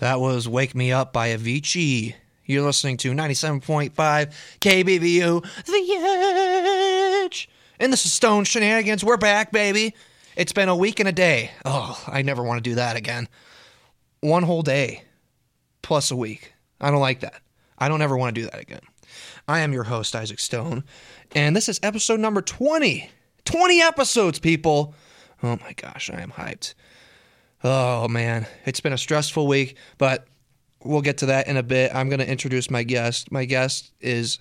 That was Wake Me Up by Avicii. You're listening to 97.5 KBVU, The Edge. And this is Stone Shenanigans. We're back, baby. It's been a week and a day. Oh, I never want to do that again. One whole day plus a week. I don't like that. I don't ever want to do that again. I am your host, Isaac Stone, and this is episode number 20. 20 episodes, people. Oh my gosh, I am hyped. Oh man, it's been a stressful week, but we'll get to that in a bit. I'm going to introduce my guest. My guest is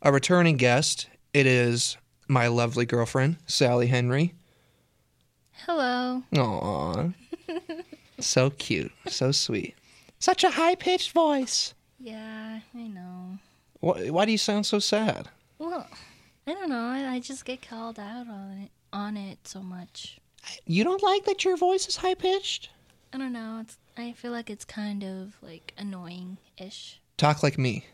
a returning guest. It is my lovely girlfriend, Sally Henry. Hello. Aw. so cute. So sweet. Such a high pitched voice. Yeah, I know. Why, why do you sound so sad? Well, I don't know. I, I just get called out on it, on it so much. You don't like that your voice is high pitched? I don't know. It's I feel like it's kind of like annoying ish. Talk like me.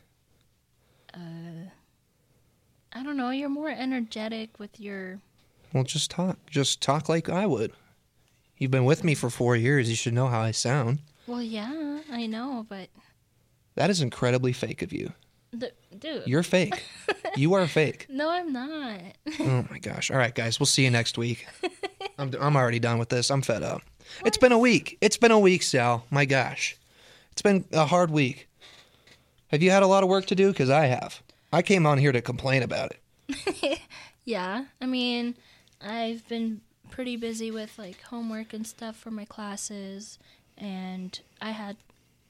I don't know. You're more energetic with your. Well, just talk. Just talk like I would. You've been with me for four years. You should know how I sound. Well, yeah, I know, but That is incredibly fake of you. the, dude. You're fake. you are fake. no, I'm not. Oh my gosh. All right, guys. We'll see you next week. I'm, I'm already done with this. I'm fed up. It's been a week. It's been a week, Sal. My gosh. It's been a hard week. Have you had a lot of work to do? Because I have. I came on here to complain about it. yeah, I mean, I've been pretty busy with like homework and stuff for my classes, and I had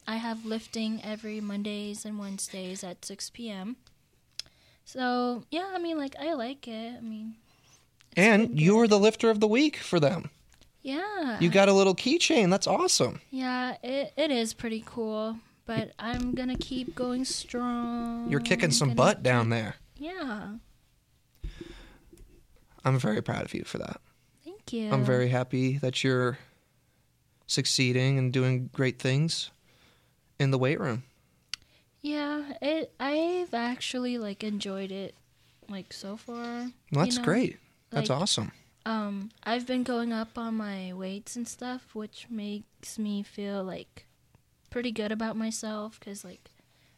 I have lifting every Mondays and Wednesdays at 6 p.m. So yeah, I mean, like I like it. I mean, And you were the lifter of the week for them. yeah, You got a little keychain. That's awesome. yeah, it, it is pretty cool. But I'm gonna keep going strong. You're kicking some Gonna- butt down there. Yeah, I'm very proud of you for that. thank you. I'm very happy that you're succeeding and doing great things in the weight room. Yeah, it. I've actually like enjoyed it, like so far. Well, that's know, great. That's like- awesome. Um, I've been going up on my weights and stuff, which makes me feel like pretty good about myself because, like,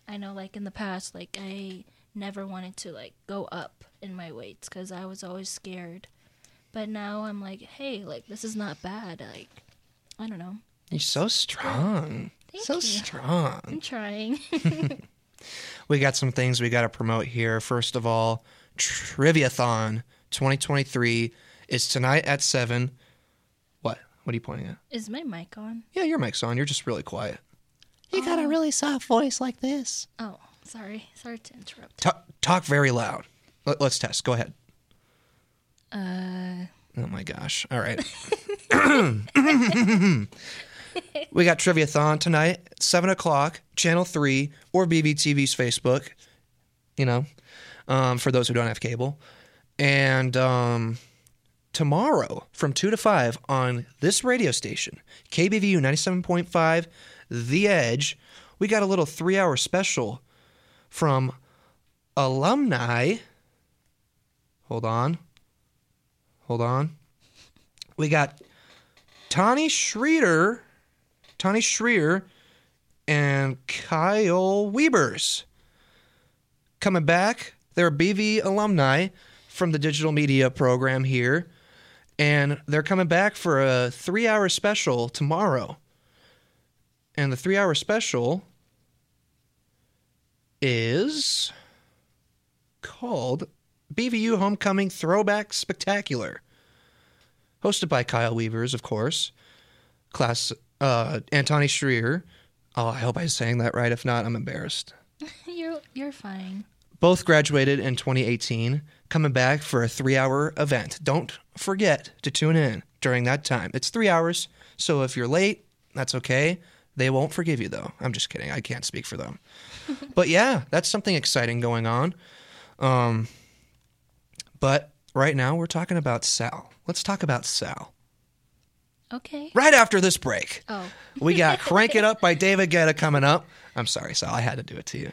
I know, like, in the past, like, I never wanted to, like, go up in my weights because I was always scared. But now I'm like, hey, like, this is not bad. Like, I don't know. You're so strong. Thank so you. strong. I'm trying. We got some things we got to promote here. First of all, Triviathon 2023 is tonight at 7. What? What are you pointing at? is my mic on? Yeah, your mic's on. You're just really quiet. Oh. You got a really soft voice like this. Oh, sorry. Sorry to interrupt. Talk, talk very loud. Let, let's test. Go ahead. Uh, Oh my gosh. All right. we got Triviathon tonight, 7 o'clock, Channel 3, or BBTV's Facebook, you know, um, for those who don't have cable. And um, tomorrow from 2 to 5 on this radio station, KBVU 97.5, The Edge, we got a little three hour special from alumni. Hold on. Hold on. We got Tani Schreeder, Tani Schreer, and Kyle Wiebers coming back. They're BV alumni from the digital media program here, and they're coming back for a three-hour special tomorrow. And the three-hour special is called BVU Homecoming Throwback Spectacular hosted by Kyle Weavers, of course. Class uh, Antoni Schreer. Oh, I hope I'm saying that right. If not, I'm embarrassed. you're you're fine. Both graduated in 2018, coming back for a three-hour event. Don't forget to tune in during that time. It's three hours, so if you're late, that's okay. They won't forgive you though. I'm just kidding. I can't speak for them. but yeah, that's something exciting going on. Um, but right now we're talking about Sal. Let's talk about Sal. Okay. right after this break. Oh. We got Crank It Up by David Guetta coming up. I'm sorry, Sal, I had to do it to you.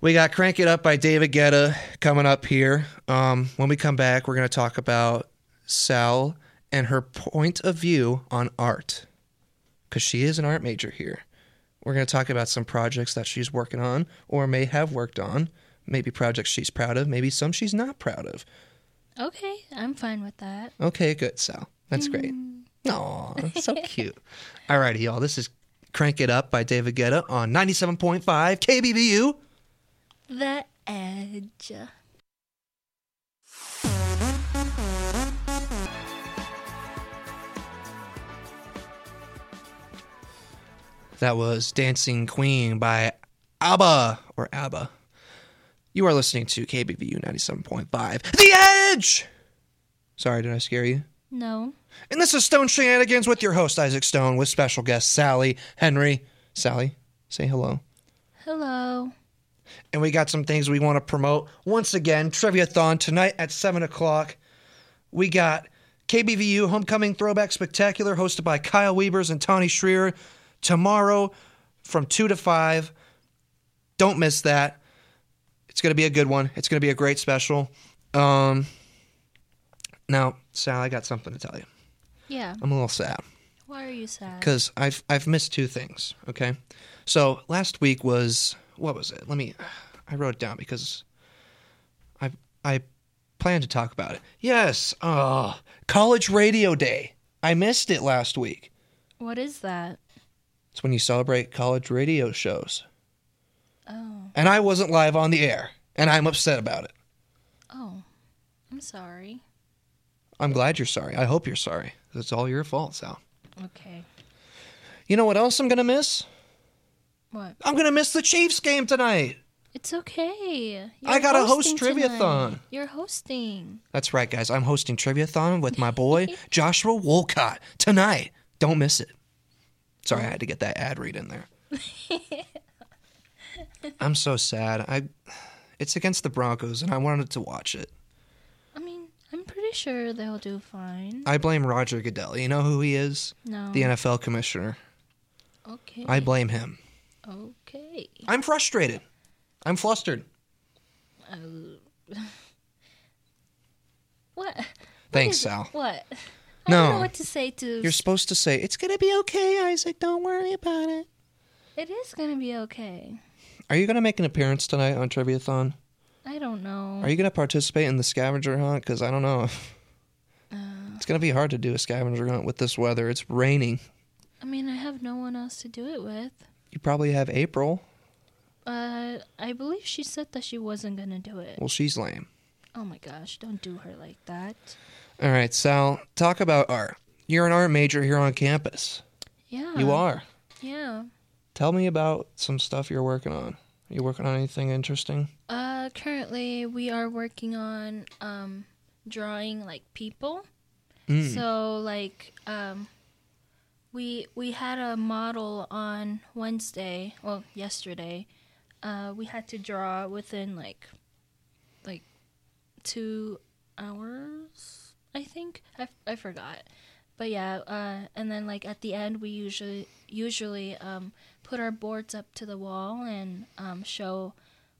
we got Crank It Up by David Guetta coming up here. Um, when we come back, we're going to talk about Sal and her point of view on art. because she is an art major here. We're going to talk about some projects that she's working on or may have worked on, maybe projects she's proud of, maybe some she's not proud of. Okay, I'm fine with that. Okay, good, Sal. That's great. Aw, so cute. All righty, y'all. This is Crank It Up by David Guetta on 97.5 KBBU. The edge. That was Dancing Queen by ABBA or ABBA. You are listening to KBVU 97.5, The Edge! Sorry, did I scare you? No. And this is Stone Shenanigans with your host, Isaac Stone, with special guest Sally Henry. Sally, say hello. Hello. And we got some things we want to promote. Once again, Triviathon tonight at 7 o'clock. We got KBVU Homecoming Throwback Spectacular, hosted by Kyle Weavers and Tawny Schreer. Tomorrow from 2 to 5. Don't miss that. It's going to be a good one. It's going to be a great special. Um, now, Sal, I got something to tell you. Yeah. I'm a little sad Why are you sad? because I've I've missed two things. Okay, so last week was what was it? Let me. I wrote it down because I I planned to talk about it. Yes, uh, college radio day. I missed it last week. What is that? It's when you celebrate college radio shows, Oh. and I wasn't live on the air, and I'm upset about it. Oh. I'm sorry. I'm glad you're sorry. I hope you're sorry. It's all your fault, Sal. Okay. You know what else I'm gonna miss? What? I'm gonna miss the Chiefs game tonight. It's okay. I gotta host hosting Triviathon. tonight. You're hosting. That's right, guys. I'm hosting Triviathon with my boy Joshua Wolcott tonight. Don't miss it. Sorry, I had to get that ad read in there. I'm so sad. I it's against the Broncos and I wanted to watch it. I mean, I'm pretty sure they'll do fine. I blame Roger Goodell. You know who he is? No. The NFL commissioner. okay. I blame him. okay. I'm frustrated. I'm flustered. Oh. what? What Thanks, is- Sal. What? I No. don't know what to say to. You're supposed to say, "It's going to be okay, Isaac. Don't worry about it." It is gonna be okay. Are you going to make an appearance tonight on Triviathon? I don't know. Are you going to participate in the scavenger hunt? Because I don't know. Uh, It's going to be hard to do a scavenger hunt with this weather. It's raining. I mean, I have no one else to do it with. You probably have April. Uh, I believe she said that she wasn't gonna do it. Well, she's lame. Oh my gosh! Don't do her like that. All right, Sal, talk about art. You're an art major here on campus. Yeah. You are. Yeah. Tell me about some stuff you're working on. Are you working on anything interesting? Uh, currently we are working on um drawing like people. Mm. So like um we we had a model on Wednesday, well yesterday. Uh we had to draw within like like 2 hours, I think. I I forgot. But yeah, uh and then like at the end we usually usually um put our boards up to the wall and um show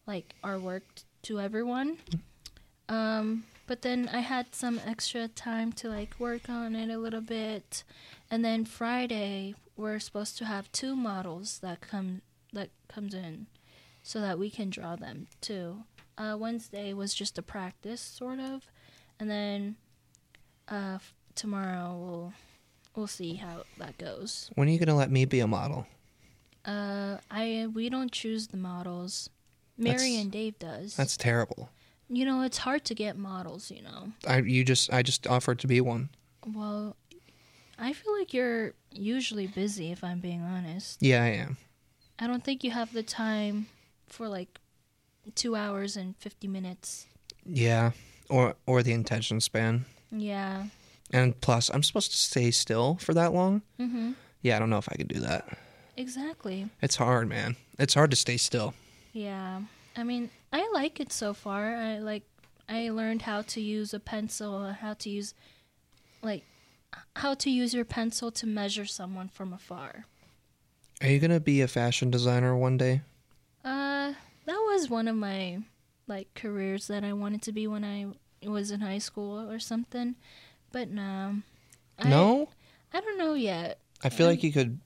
like our work t- to everyone. Um, but then I had some extra time to like work on it a little bit, and then Friday we're supposed to have two models that come that comes in, so that we can draw them too. Uh, Wednesday was just a practice sort of, and then uh, f- tomorrow we'll we'll see how that goes. When are you going to let me be a model? Uh, I we don't choose the models. Mary That's- and Dave does. That's terrible. You know, it's hard to get models, you know. I you just I just offered to be one. Well, I feel like you're usually busy, if I'm being honest. Yeah, I am. I don't think you have the time for like two hours and 50 minutes. Yeah, or or the intention span. Yeah. And plus, I'm supposed to stay still for that long. Mm hmm. Yeah, I don't know if I could do that. Exactly. It's hard, man. It's hard to stay still. Yeah. I mean, I like it so far. I like, I learned how to use a pencil, how to use, like, how to use your pencil to measure someone from afar. Are you gonna be a fashion designer one day? Uh, that was one of my like careers that I wanted to be when I was in high school or something, but no. I, no, I don't know yet. I feel like you could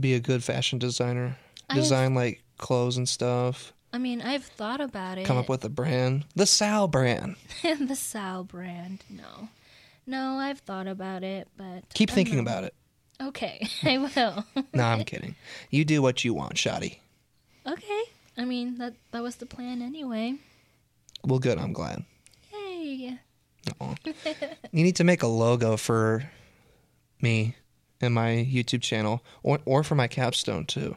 be a good fashion designer. I've- Design like clothes and stuff. I mean, I've thought about it. Come up with a brand. The Sal brand. the Sal brand. No, no, I've thought about it, but Keep I thinking know. about it. Okay, I will. No, I'm kidding. You do what you want, Shoddy. okay, I mean that that was the plan anyway. Well, good. I'm glad. Yay! You need to make a logo for me and my YouTube channel, or or for my capstone too.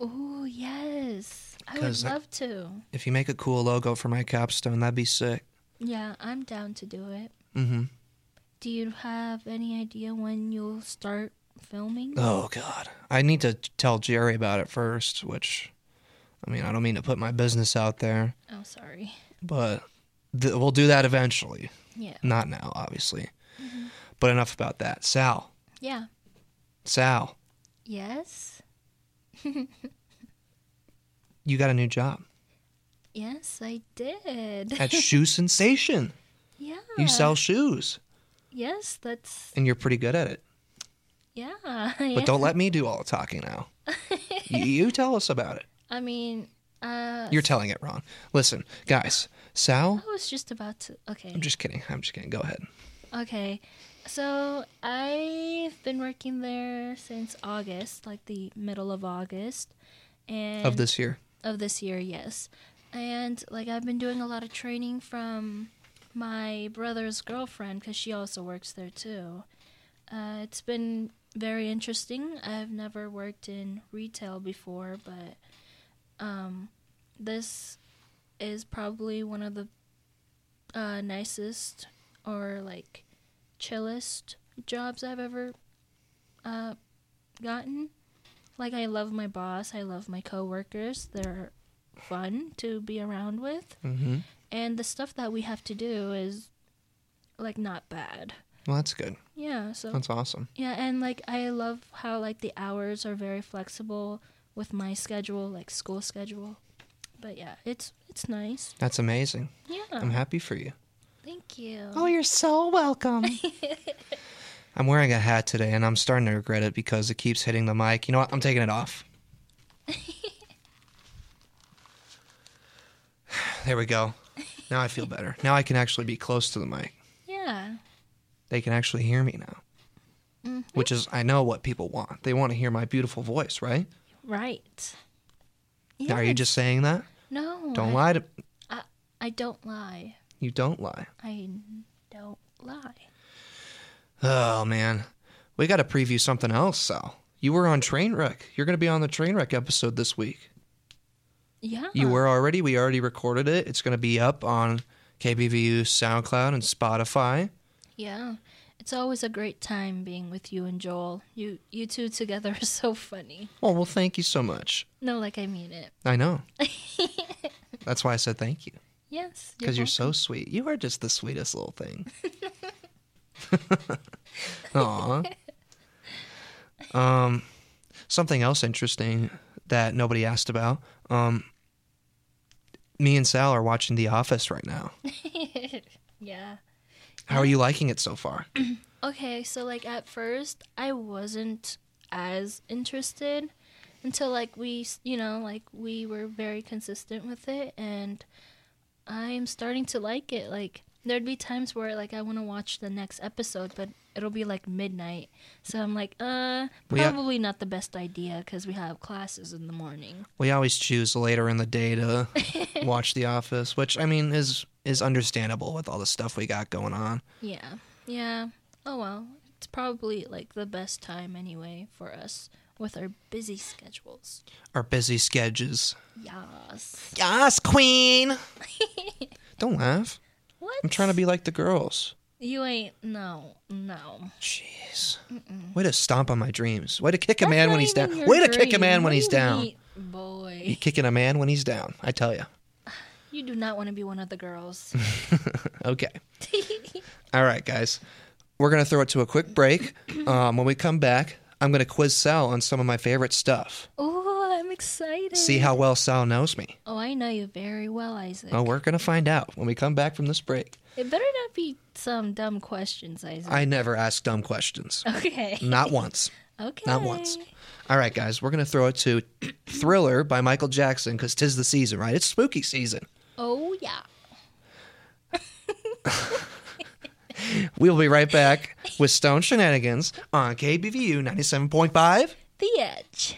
Oh yes, I would 'Cause I- love to. If you make a cool logo for my capstone, that'd be sick. Yeah, I'm down to do it. Mm-hmm. Do you have any idea when you'll start filming? Oh God, I need to tell Jerry about it first. Which, I mean, I don't mean to put my business out there, oh, sorry. but th- we'll do that eventually. Yeah, Not now, obviously. Mm-hmm. But enough about that. Sal, yeah, Sal, yes, you got a new job yes, I did. at Shoe Sensation. yeah, You sell shoes, Yes, that's and you're pretty good at it. yeah. But don't let me do all the talking now. you, you tell us about it. I mean, uh, You're telling it wrong. Listen, guys, Sal. I was just about to. Okay. I'm just kidding. I'm just kidding. Go ahead. Okay. So I've been working there since August, like the middle of August, and Of this year. of this year, yes. And like I've been doing a lot of training from my brother's girlfriend because she also works there too. Uh, it's been very interesting. I've never worked in retail before, but um, this is probably one of the uh, nicest or like chillest jobs I've ever uh, gotten. Like I love my boss, I love my coworkers. They're fun to be around with, Mm-hmm. and the stuff that we have to do is like not bad. Well, that's good. Yeah, so That's awesome. yeah, and like I love how like the hours are very flexible with my schedule, like school schedule. But yeah, it's it's nice. That's amazing. Yeah. I'm Oh, happy for you. Thank you. you're so welcome. I'm wearing a hat today and I'm starting to regret it because it keeps hitting the mic. You know what? I'm taking it off. there we go. Now I feel better. Now I can actually be close to the mic. Yeah. They can actually hear me now. Mhm. Which is, I know what people want. They want to hear my beautiful voice, right? Right. Now, Are you Yes. just saying that? No. Don't I, lie to I don't lie. you. Don't lie. I don't lie. Oh man, we got to preview something else, Sal. You were on Trainwreck. You're going to be on the Trainwreck episode this week. Yeah. You were already. We already recorded it. It's going to be up on KBVU, SoundCloud, and Spotify. Yeah. It's always a great time being with you and Joel. You you two together are so funny. Oh well, thank you so much. No, like I mean it. I know. That's why I said thank you Yes. because you're so welcome. sweet. You are just the sweetest little thing. Aw. Um, something else interesting that nobody asked about. Um, me and Sal are watching The Office right now. yeah. How are you liking it so far? Okay, so like at first I wasn't as interested until like we, s- you know, like we were very consistent with it and I'm starting to like it. Like there'd be times where like I want to watch the next episode, but it'll be like midnight. So I'm like, uh, We are- probably not the best idea cuz we have classes in the morning. We always choose later in the day to watch The Office, which I mean is is understandable with all the stuff we got going on. Yeah. Yeah. Oh well. It's probably like the best time anyway for us with our busy schedules. Our busy schedules. Yes. Yes, Queen. Don't laugh. What? I'm trying to be like the girls. You ain't. No. No. Jeez. Way to stomp on my dreams. Way to kick a man That's when not he's down. even Way your to kick a dream. man What when do he's you down. mean, You Boy, kicking a man when he's down. I tell you. you do not want to be one of the girls. Okay. All right, guys. We're going to throw it to a quick break. Um, when we come back, I'm going to quiz Sal on some of my favorite stuff. oh, I'm excited. See how well Sal knows me. Oh, I know you very well, Isaac. Oh, we're going to find out when we come back from this break. It better not be some dumb questions, Isaac. I never ask dumb questions. okay. Not once. Okay. Not once. All right, guys, we're going to throw it to Thriller by Michael Jackson because tis the season, right? It's spooky season. Oh yeah. We'll be right back with Stone Shenanigans on KBVU 97.5. The Edge.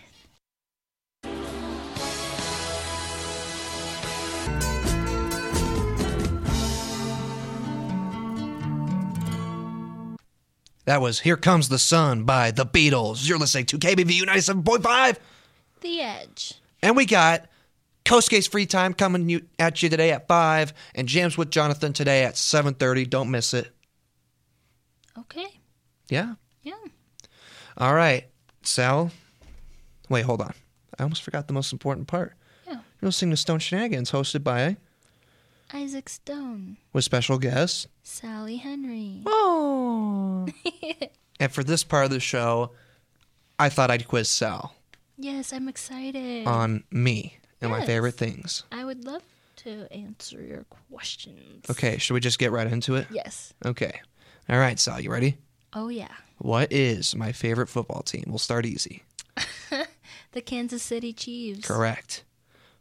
That was Here Comes the Sun by The Beatles. You're listening to KBVU 97.5. The Edge. And we got Coast Case Free Time coming you, at you today at 5 and Jams with Jonathan today at 7.30. Don't miss it. Okay. Yeah. Yeah. All right. Sal. Wait, hold on. I almost forgot the most important part. Yeah. You're listening to Stone Shenanigans hosted by, Isaac Stone. with special guest, Sally Henry. Oh. and for this part of the show, I thought I'd quiz Sal Yes, I'm excited. on me and my Yes. favorite things. I would love to answer your questions. Okay, should we just get right into it? Yes. Okay. All right, Sal, you ready? Oh yeah. What is my favorite football team? We'll start easy. The Kansas City Chiefs. Correct.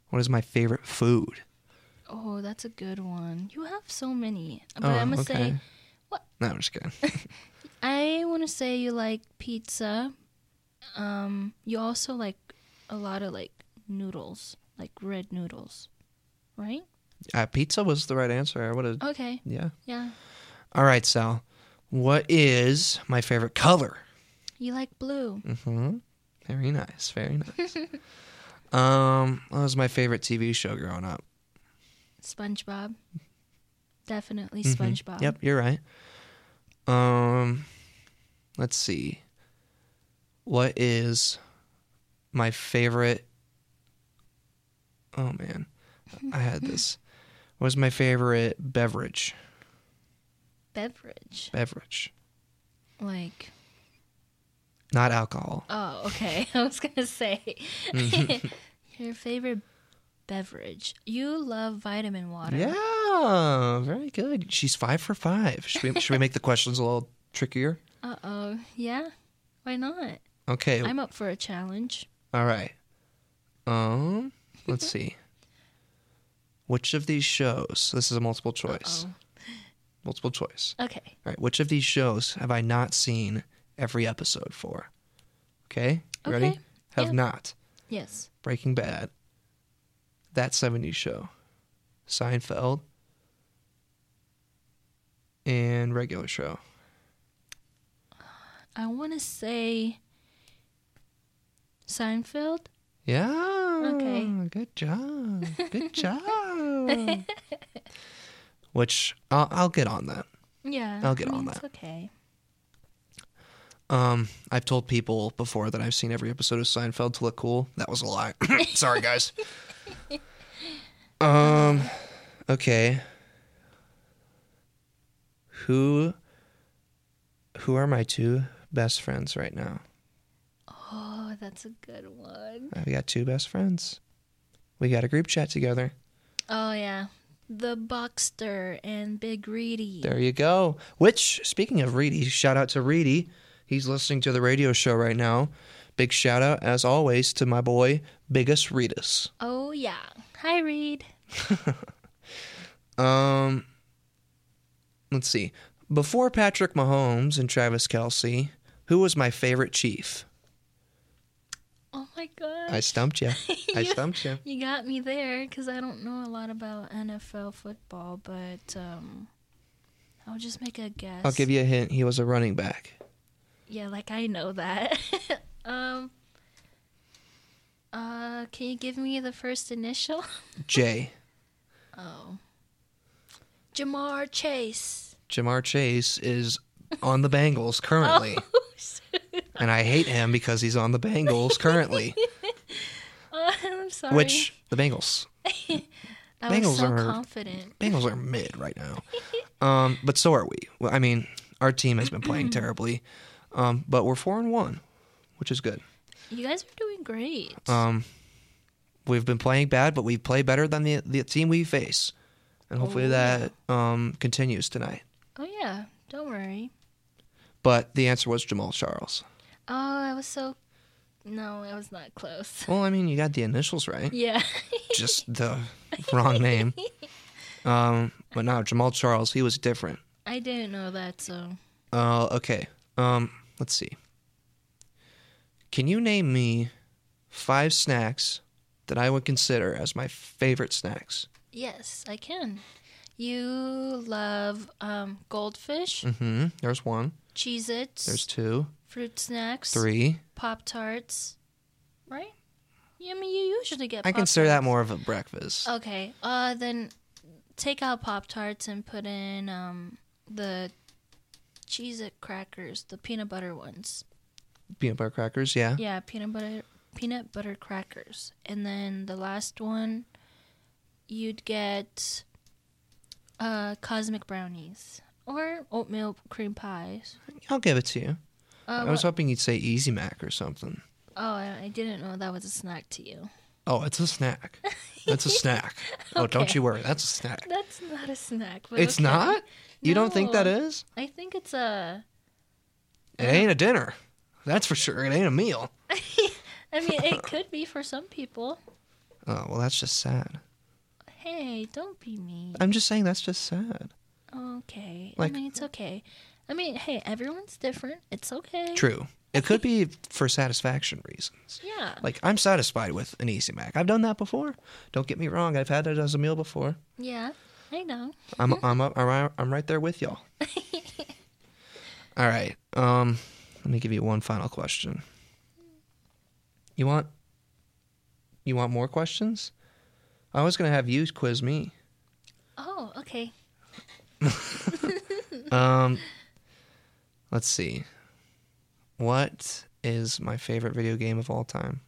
What is my favorite food? Oh, that's a good one. You have so many. But Oh, I'm gonna say okay. what No, I'm just kidding. I wanna say you like pizza. Um you also like a lot of like noodles. Like red noodles. Right? uh, pizza was the right answer. I would have. Okay. Yeah. Yeah. All right, Sal. What is my favorite color? You like blue. hmm Very nice. Very nice. um, what was my favorite TV show growing up? SpongeBob. Definitely Mhm. SpongeBob. Yep, you're right. Um, let's see. What is my favorite? Oh man, I had this. What was my favorite beverage? Beverage. Beverage, Like not alcohol. Oh, okay. I was gonna say Mm-hmm. your favorite beverage. You love vitamin water. Yeah, very good. She's five for five. Should we should we make the questions a little trickier? Uh oh. Yeah. Why not? Okay. I'm up for a challenge. All right. Um, let's see. Which of these shows? This is a multiple choice. Uh-oh. Multiple choice. Okay. All right. Which of these shows have I not seen every episode for? Okay. You Ready? Okay, Have yeah. not. Yes. Breaking Bad. That 70s show. Seinfeld. And regular show. I want to say Seinfeld. Yeah. Okay. Good job. Good job. Which I'll, I'll get on that. Yeah. I'll get I on mean, that. It's okay. Um, I've told people before that I've seen every episode of Seinfeld to look cool. That was a lie. Sorry, guys. um, okay. Who, who are my two best friends right now? Oh, that's a good one. I've got two best friends. We got a group chat together. Oh yeah, the Boxster and Big Reedy. There you go. Which, speaking of Reedy, shout out to Reedy. He's listening to the radio show right now. Big shout out, as always, to my boy, Biggest Reedus. Oh yeah. Hi Reed. Um, let's see. Before Patrick Mahomes and Travis Kelsey, who was my favorite Chief? Oh my God. I stumped you. I You- stumped you. You got me there because I don't know a lot about NFL football, but um, I'll just make a guess. I'll give you a hint. He was a running back. Yeah, like I know that. um, uh, can you give me the first initial? Jay. Oh, Jamar Chase. Jamar Chase is on the Bengals currently, and I hate him because he's on the Bengals currently, Oh, I'm sorry. which the Bengals I Bengals was so are- confident. Bengals are mid right now. Um, but so are we. Well, I mean, our team has been playing terribly, um, but we're four and one, which is good. You guys are doing great. Um, we've been playing bad, but we play better than the the team we face, and hopefully Oh, that um, continues tonight. oh yeah, don't worry. But the answer was Jamal Charles. Oh, I was so. No, I was not close. Well, I mean, you got the initials right, Yeah. just the wrong name. Um, but no, Jamal Charles, he was different. I didn't know that, so. Uh, okay. Um, let's see. Can you name me five snacks that I would consider as my favorite snacks? Yes, I can. You love um, goldfish, Mm-hmm. There's one. Cheez Its, There's two, fruit snacks, three. Pop Tarts, right? Yeah, I mean, you usually get I Pop-Tarts. consider that more of a breakfast. Okay. Uh, then take out Pop Tarts and put in um, the Cheez It crackers, the peanut butter ones. Peanut butter crackers, yeah. Yeah, peanut butter peanut butter crackers. And then the last one you'd get uh cosmic brownies or oatmeal cream pies. I'll give it to you. Uh, I was what- hoping you'd say Easy Mac or something. oh, I, I didn't know that was a snack to you. Oh, it's a snack. That's a snack. Oh, don't Okay. you worry. That's a snack. That's not a snack. But It's okay. not? You don't think that No. Uh-huh. is? I think it's a It ain't a dinner. That's for sure. It ain't a meal. I mean, it could be for some people. Oh, well, that's just sad. Hey, don't be mean. I'm just saying that's just sad. Okay. Like- I mean, it's okay. I mean, hey, everyone's different. It's okay. True. It could be for satisfaction reasons. Yeah. Like, I'm satisfied with an Easy Mac. I've done that before. Don't get me wrong. I've had it as a meal before. Yeah. I know. I'm, I'm, up, I'm, right- I'm right there with y'all. All right. Um, let me give you one final question. You want, you want more questions? I was gonna have you quiz me. Oh, okay. Um, let's see. What is my favorite video game of all time?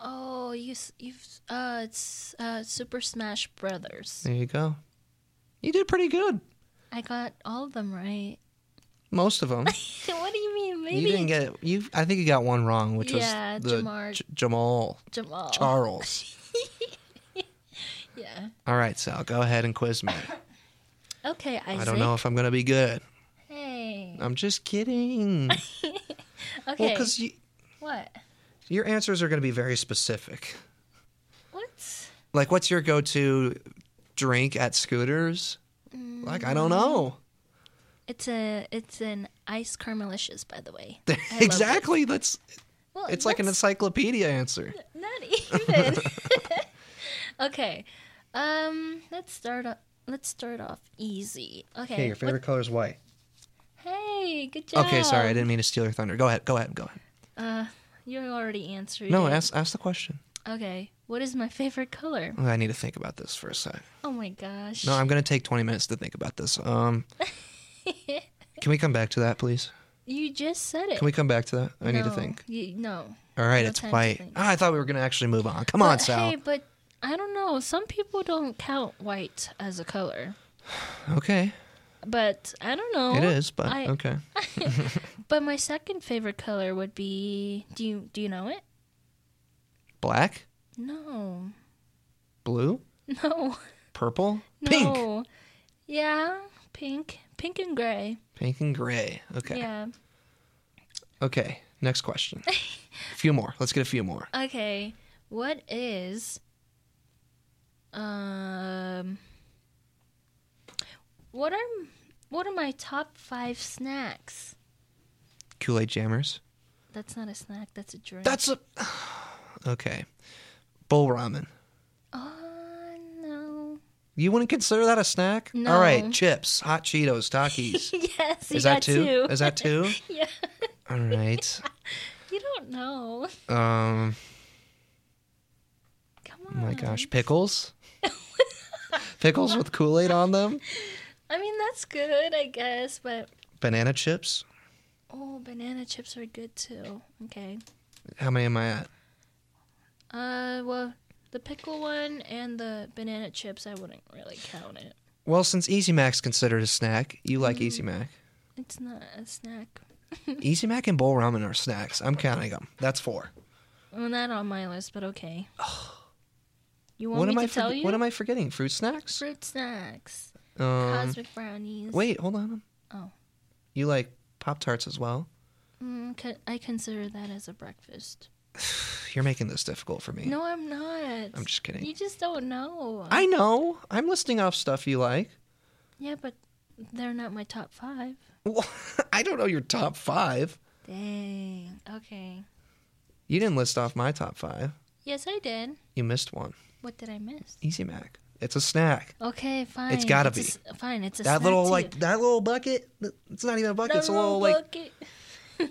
Oh, you s- you've uh it's uh Super Smash Brothers. There you go. You did pretty good. I got all of them right. Most of them. what do you mean? Maybe you didn't get it. You, I think you got one wrong, which Yeah, was the Jamar- Oh. J- Jamal Jamal. Charles. yeah. All right, Sal, go ahead and quiz me. Okay, Isaac. I don't know if I'm gonna be good. Hey. I'm just kidding. Well, Okay. because you, what? your answers are gonna be very specific. What? Like, what's your go-to drink at Scooters? Like, I don't know. It's a it's an ice caramelicious, by the way. Mm. I love it. exactly. That's Well, it's like an let's- encyclopedia answer. not even. okay. Um. Let's start. O- let's start off easy. Okay. Okay, your what- favorite color is white. Hey, good job. Okay, sorry, I didn't mean to steal your thunder. Go ahead. Go ahead. Go ahead. Uh, you already answered. No, it. ask ask the question. Okay. What is my favorite color? I need to think about this for a sec. Oh my gosh. No, I'm gonna take 20 minutes to think about this. Um, can we come back to that, please? you just said it. Can we come back to that? I need to No, think. You, no. All right, No it's time to white. think. Ah, I thought we were gonna actually move on. Come on, But, Sal. Hey, but I don't know. Some people don't count white as a color. Okay, But I don't know. it is, but I- okay. But my second favorite color would be. Do you do you know it? Black, No. blue, No. purple, pink, No. Yeah. Pink. Pink and gray. pink and gray. Okay. Yeah. Okay, next question. a few more. Let's get a few more. Okay. What is um What are what are my top 5 snacks? Kool Aid Jammers. That's not a snack, that's a drink. That's a. Okay. Bowl ramen. Oh no. You wouldn't consider that a snack? No. All right, chips, hot Cheetos, Takis. yes, you Is that got two? two. Is that two? yeah. All right. You don't know. Um, Come oh on. my gosh, pickles. Pickles with Kool Aid on them. I mean, that's good, I guess, but Banana chips. oh, banana chips are good too. Okay. How many am I at? Uh well, the pickle one and the banana chips, I wouldn't really count it. Well, since Easy Mac's considered a snack, you like Mm-hmm. Easy Mac. It's not a snack. Easy Mac and bowl ramen are snacks. I'm counting them. That's four. Well, not on my list, but okay. You want What me am to I? tell forge- you? What am I forgetting? Fruit snacks. Fruit snacks, Um, cosmic brownies. wait, hold on. Oh. You like Pop Tarts as well? Mm, Um, co- I consider that as a breakfast. You're making this difficult for me. No, I'm not. I'm just kidding. You just don't know. I know. I'm listing off stuff you like. yeah, but they're not my top five. Well, I don't know your top five. Dang. Okay. You didn't list off my top five. Yes, I did. You missed one. What did I miss? Easy Mac. It's a snack. Okay, fine. gotta a s- fine, it's a that snack little to you. like that little bucket. It's not even a bucket. That it's a little like bucket.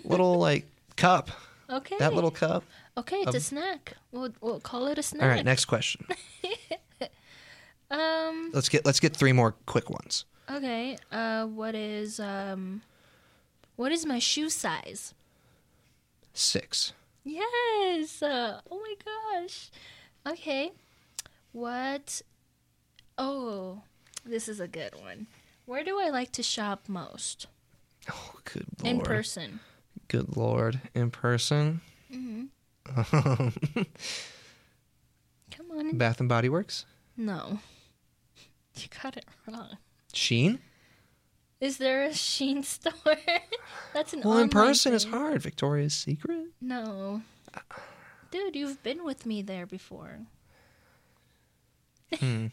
little like cup. Okay. That little cup. Okay, it's a snack. We'll, we'll call it a snack. All right. Next question. Um. Let's get let's get three more quick ones. Okay. Uh. What is um. What is my shoe size? Six. Yes. Uh, oh my gosh. Okay. What? Oh, this is a good one. Where do I like to shop most? Oh, good lord. In person. Good lord. In person. Mm-hmm. Come on. Bath and Body Works. No. You got it wrong. Sheen. Is there a Sheen store? That's an Well, in online person it's thing. hard. Victoria's Secret. No. Dude, you've been with me there before. uh, This Hmm,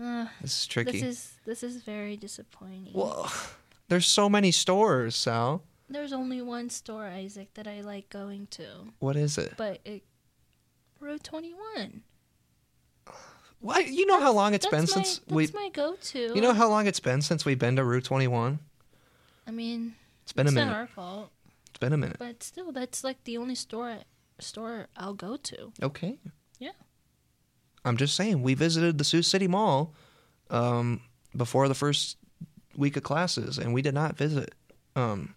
is this tricky. is this is very disappointing. Well, there's so many stores, Sal. There's only one store, Isaac, that I like going to, What is it? but it, Route 21. Why? You know how long it's That's been my, since that's we. my go-to. You know how long it's been since we've been to Route 21? I mean, It's been a it's not minute. our fault, It's been a minute. but still, that's like the only store I- store I'll go to. Okay. Yeah. I'm just saying we visited the Sioux City Mall um, before the first week of classes, and we did not visit um,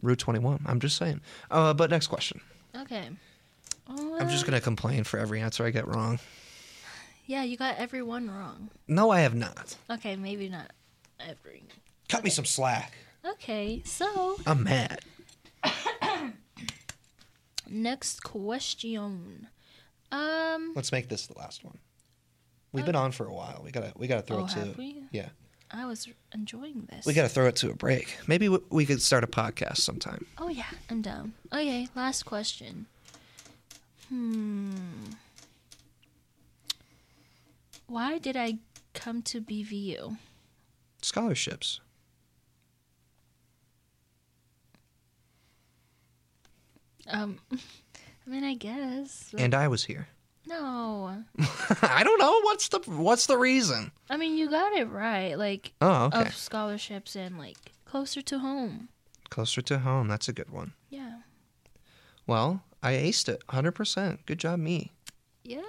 Route 21. I'm just saying. Uh, but next question. Okay. I'm just Um, gonna complain for every answer I get wrong. Oh, Yeah, you got every one wrong. No, I have not. Okay, maybe not every. Cut me some slack. Okay, so I'm mad. next question. Um, Let's make this the last one. We've been on for a while. We gotta we gotta throw Oh, it to have we? yeah. I was enjoying this. We gotta throw it to a break. Maybe we, we could start a podcast sometime. Oh yeah, I'm down. Okay, last question. Hmm. Why did I come to BVU? Scholarships. Um, I mean, I guess. but And I was here. no. I don't know what's the what's the reason. I mean, you got it right. Like Oh, okay. of scholarships and like closer to home. Closer to home. That's a good one. Yeah. Well, I aced it 100%. Good job, me. Yeah.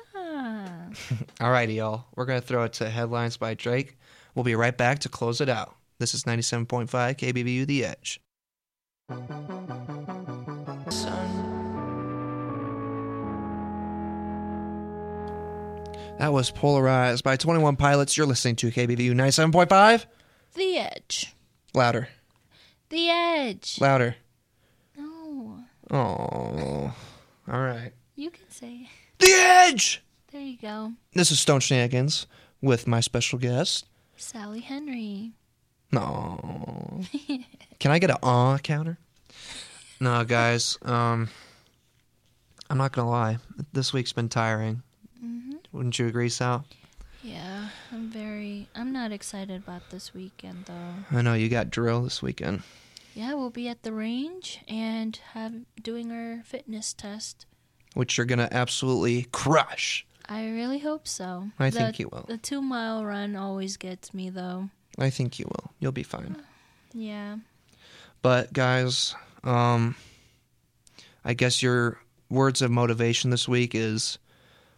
Alrighty, y'all. We're going to throw it to Headlines by Drake. We'll be right back to close it out. This is 97.5 KBBU The Edge. That was Polarized by 21 Pilots. You're listening to KBBU 97.5. The edge. Louder. The edge. Louder. No. Oh. All right. You can say. The Edge! There you go. This is Stone Shenanigans with my special guest. Sally Henry. No. Can I get an aw counter? No, guys. Um, I'm not gonna lie. This week's been tiring. Wouldn't you agree, Sal? Yeah, I'm very. I'm not excited about this weekend though. I know you got drill this weekend. Yeah, we'll be at the range and have doing our fitness test. Which you're gonna absolutely crush. I really hope so. I The- think you will. The two mile run always gets me though. I think you will. You'll be fine. Yeah. But guys, um I guess your words of motivation this week is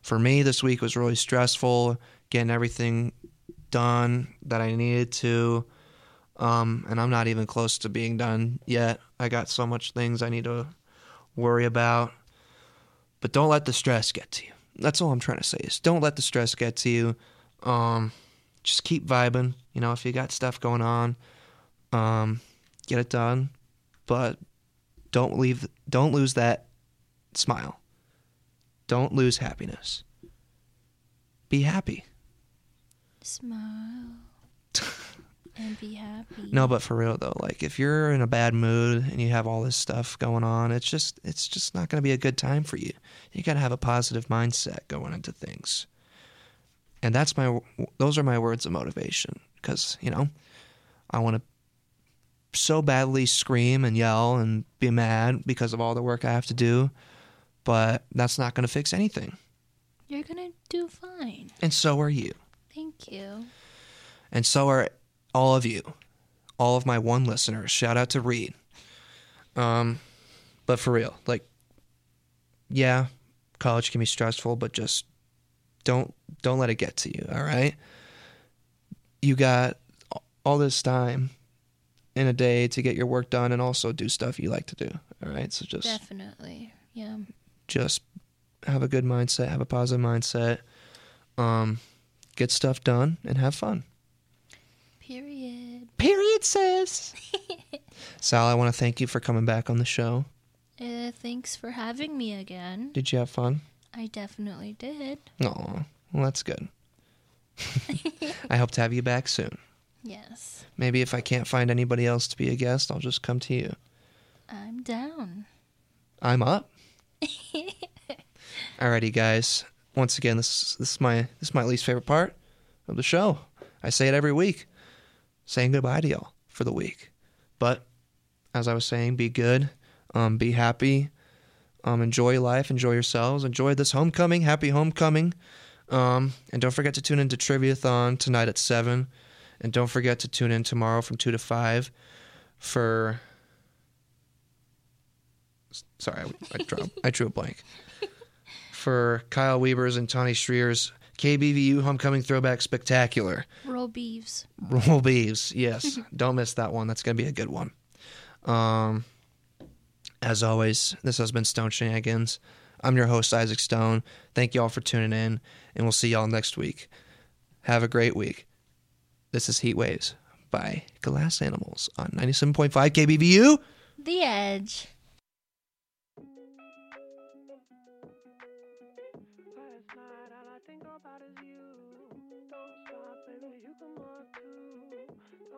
for me this week was really stressful, getting everything done that I needed to. Um and I'm not even close to being done yet. I got so much things I need to worry about. But don't let the stress get to you. That's all I'm trying to say is don't let the stress get to you. Um just keep vibing, you know, if you got stuff going on. Um get it done, but don't leave don't lose that smile. Don't lose happiness. Be happy. Smile. and be happy. No, but for real though, like if you're in a bad mood and you have all this stuff going on, it's just it's just not going to be a good time for you. You got to have a positive mindset going into things. And that's my those are my words of motivation cuz, you know, I want to so badly scream and yell and be mad because of all the work I have to do, but that's not going to fix anything. You're gonna do fine. And so are you. Thank you. And so are all of you, all of my one listeners. Shout out to Reed. Um, but for real, like, yeah, college can be stressful, but just don't don't let it get to you. All right, you got all this time in a day to get your work done and also do stuff you like to do. All right, so just Definitely. Yeah. just have a good mindset, have a positive mindset, um, get stuff done, and have fun. Period. Period, sis. Sal, I want to thank you for coming back on the show. Uh, thanks for having me again. Did you have fun? I definitely did. Aw, well, that's good. I hope to have you back soon. Yes. Maybe if I can't find anybody else to be a guest, I'll just come to you. I'm down. I'm up. Alrighty, guys. Once again, this this is my this is my least favorite part of the show. I say it every week, saying goodbye to y'all for the week. But as I was saying, be good, um, be happy, um, enjoy life, enjoy yourselves, enjoy this homecoming. Happy homecoming! Um, and don't forget to tune in to Triviathon tonight at seven, and don't forget to tune in tomorrow from two to five for. Sorry, I, I, drew, I drew a blank for Kyle Weber's and Tawny Streer's KBVU Homecoming Throwback Spectacular. Roll beeves. Roll Beeves, yes. Don't miss that one. That's going to be a good one. Um, as always, this has been Stone Shenanigans. I'm your host, Isaac Stone. Thank y'all for tuning in, and we'll see y'all next week. Have a great week. This is Heat Waves by Glass Animals on 97.5 KBVU. The edge. But it's not all I think about is you. Don't stop, baby, you can walk too.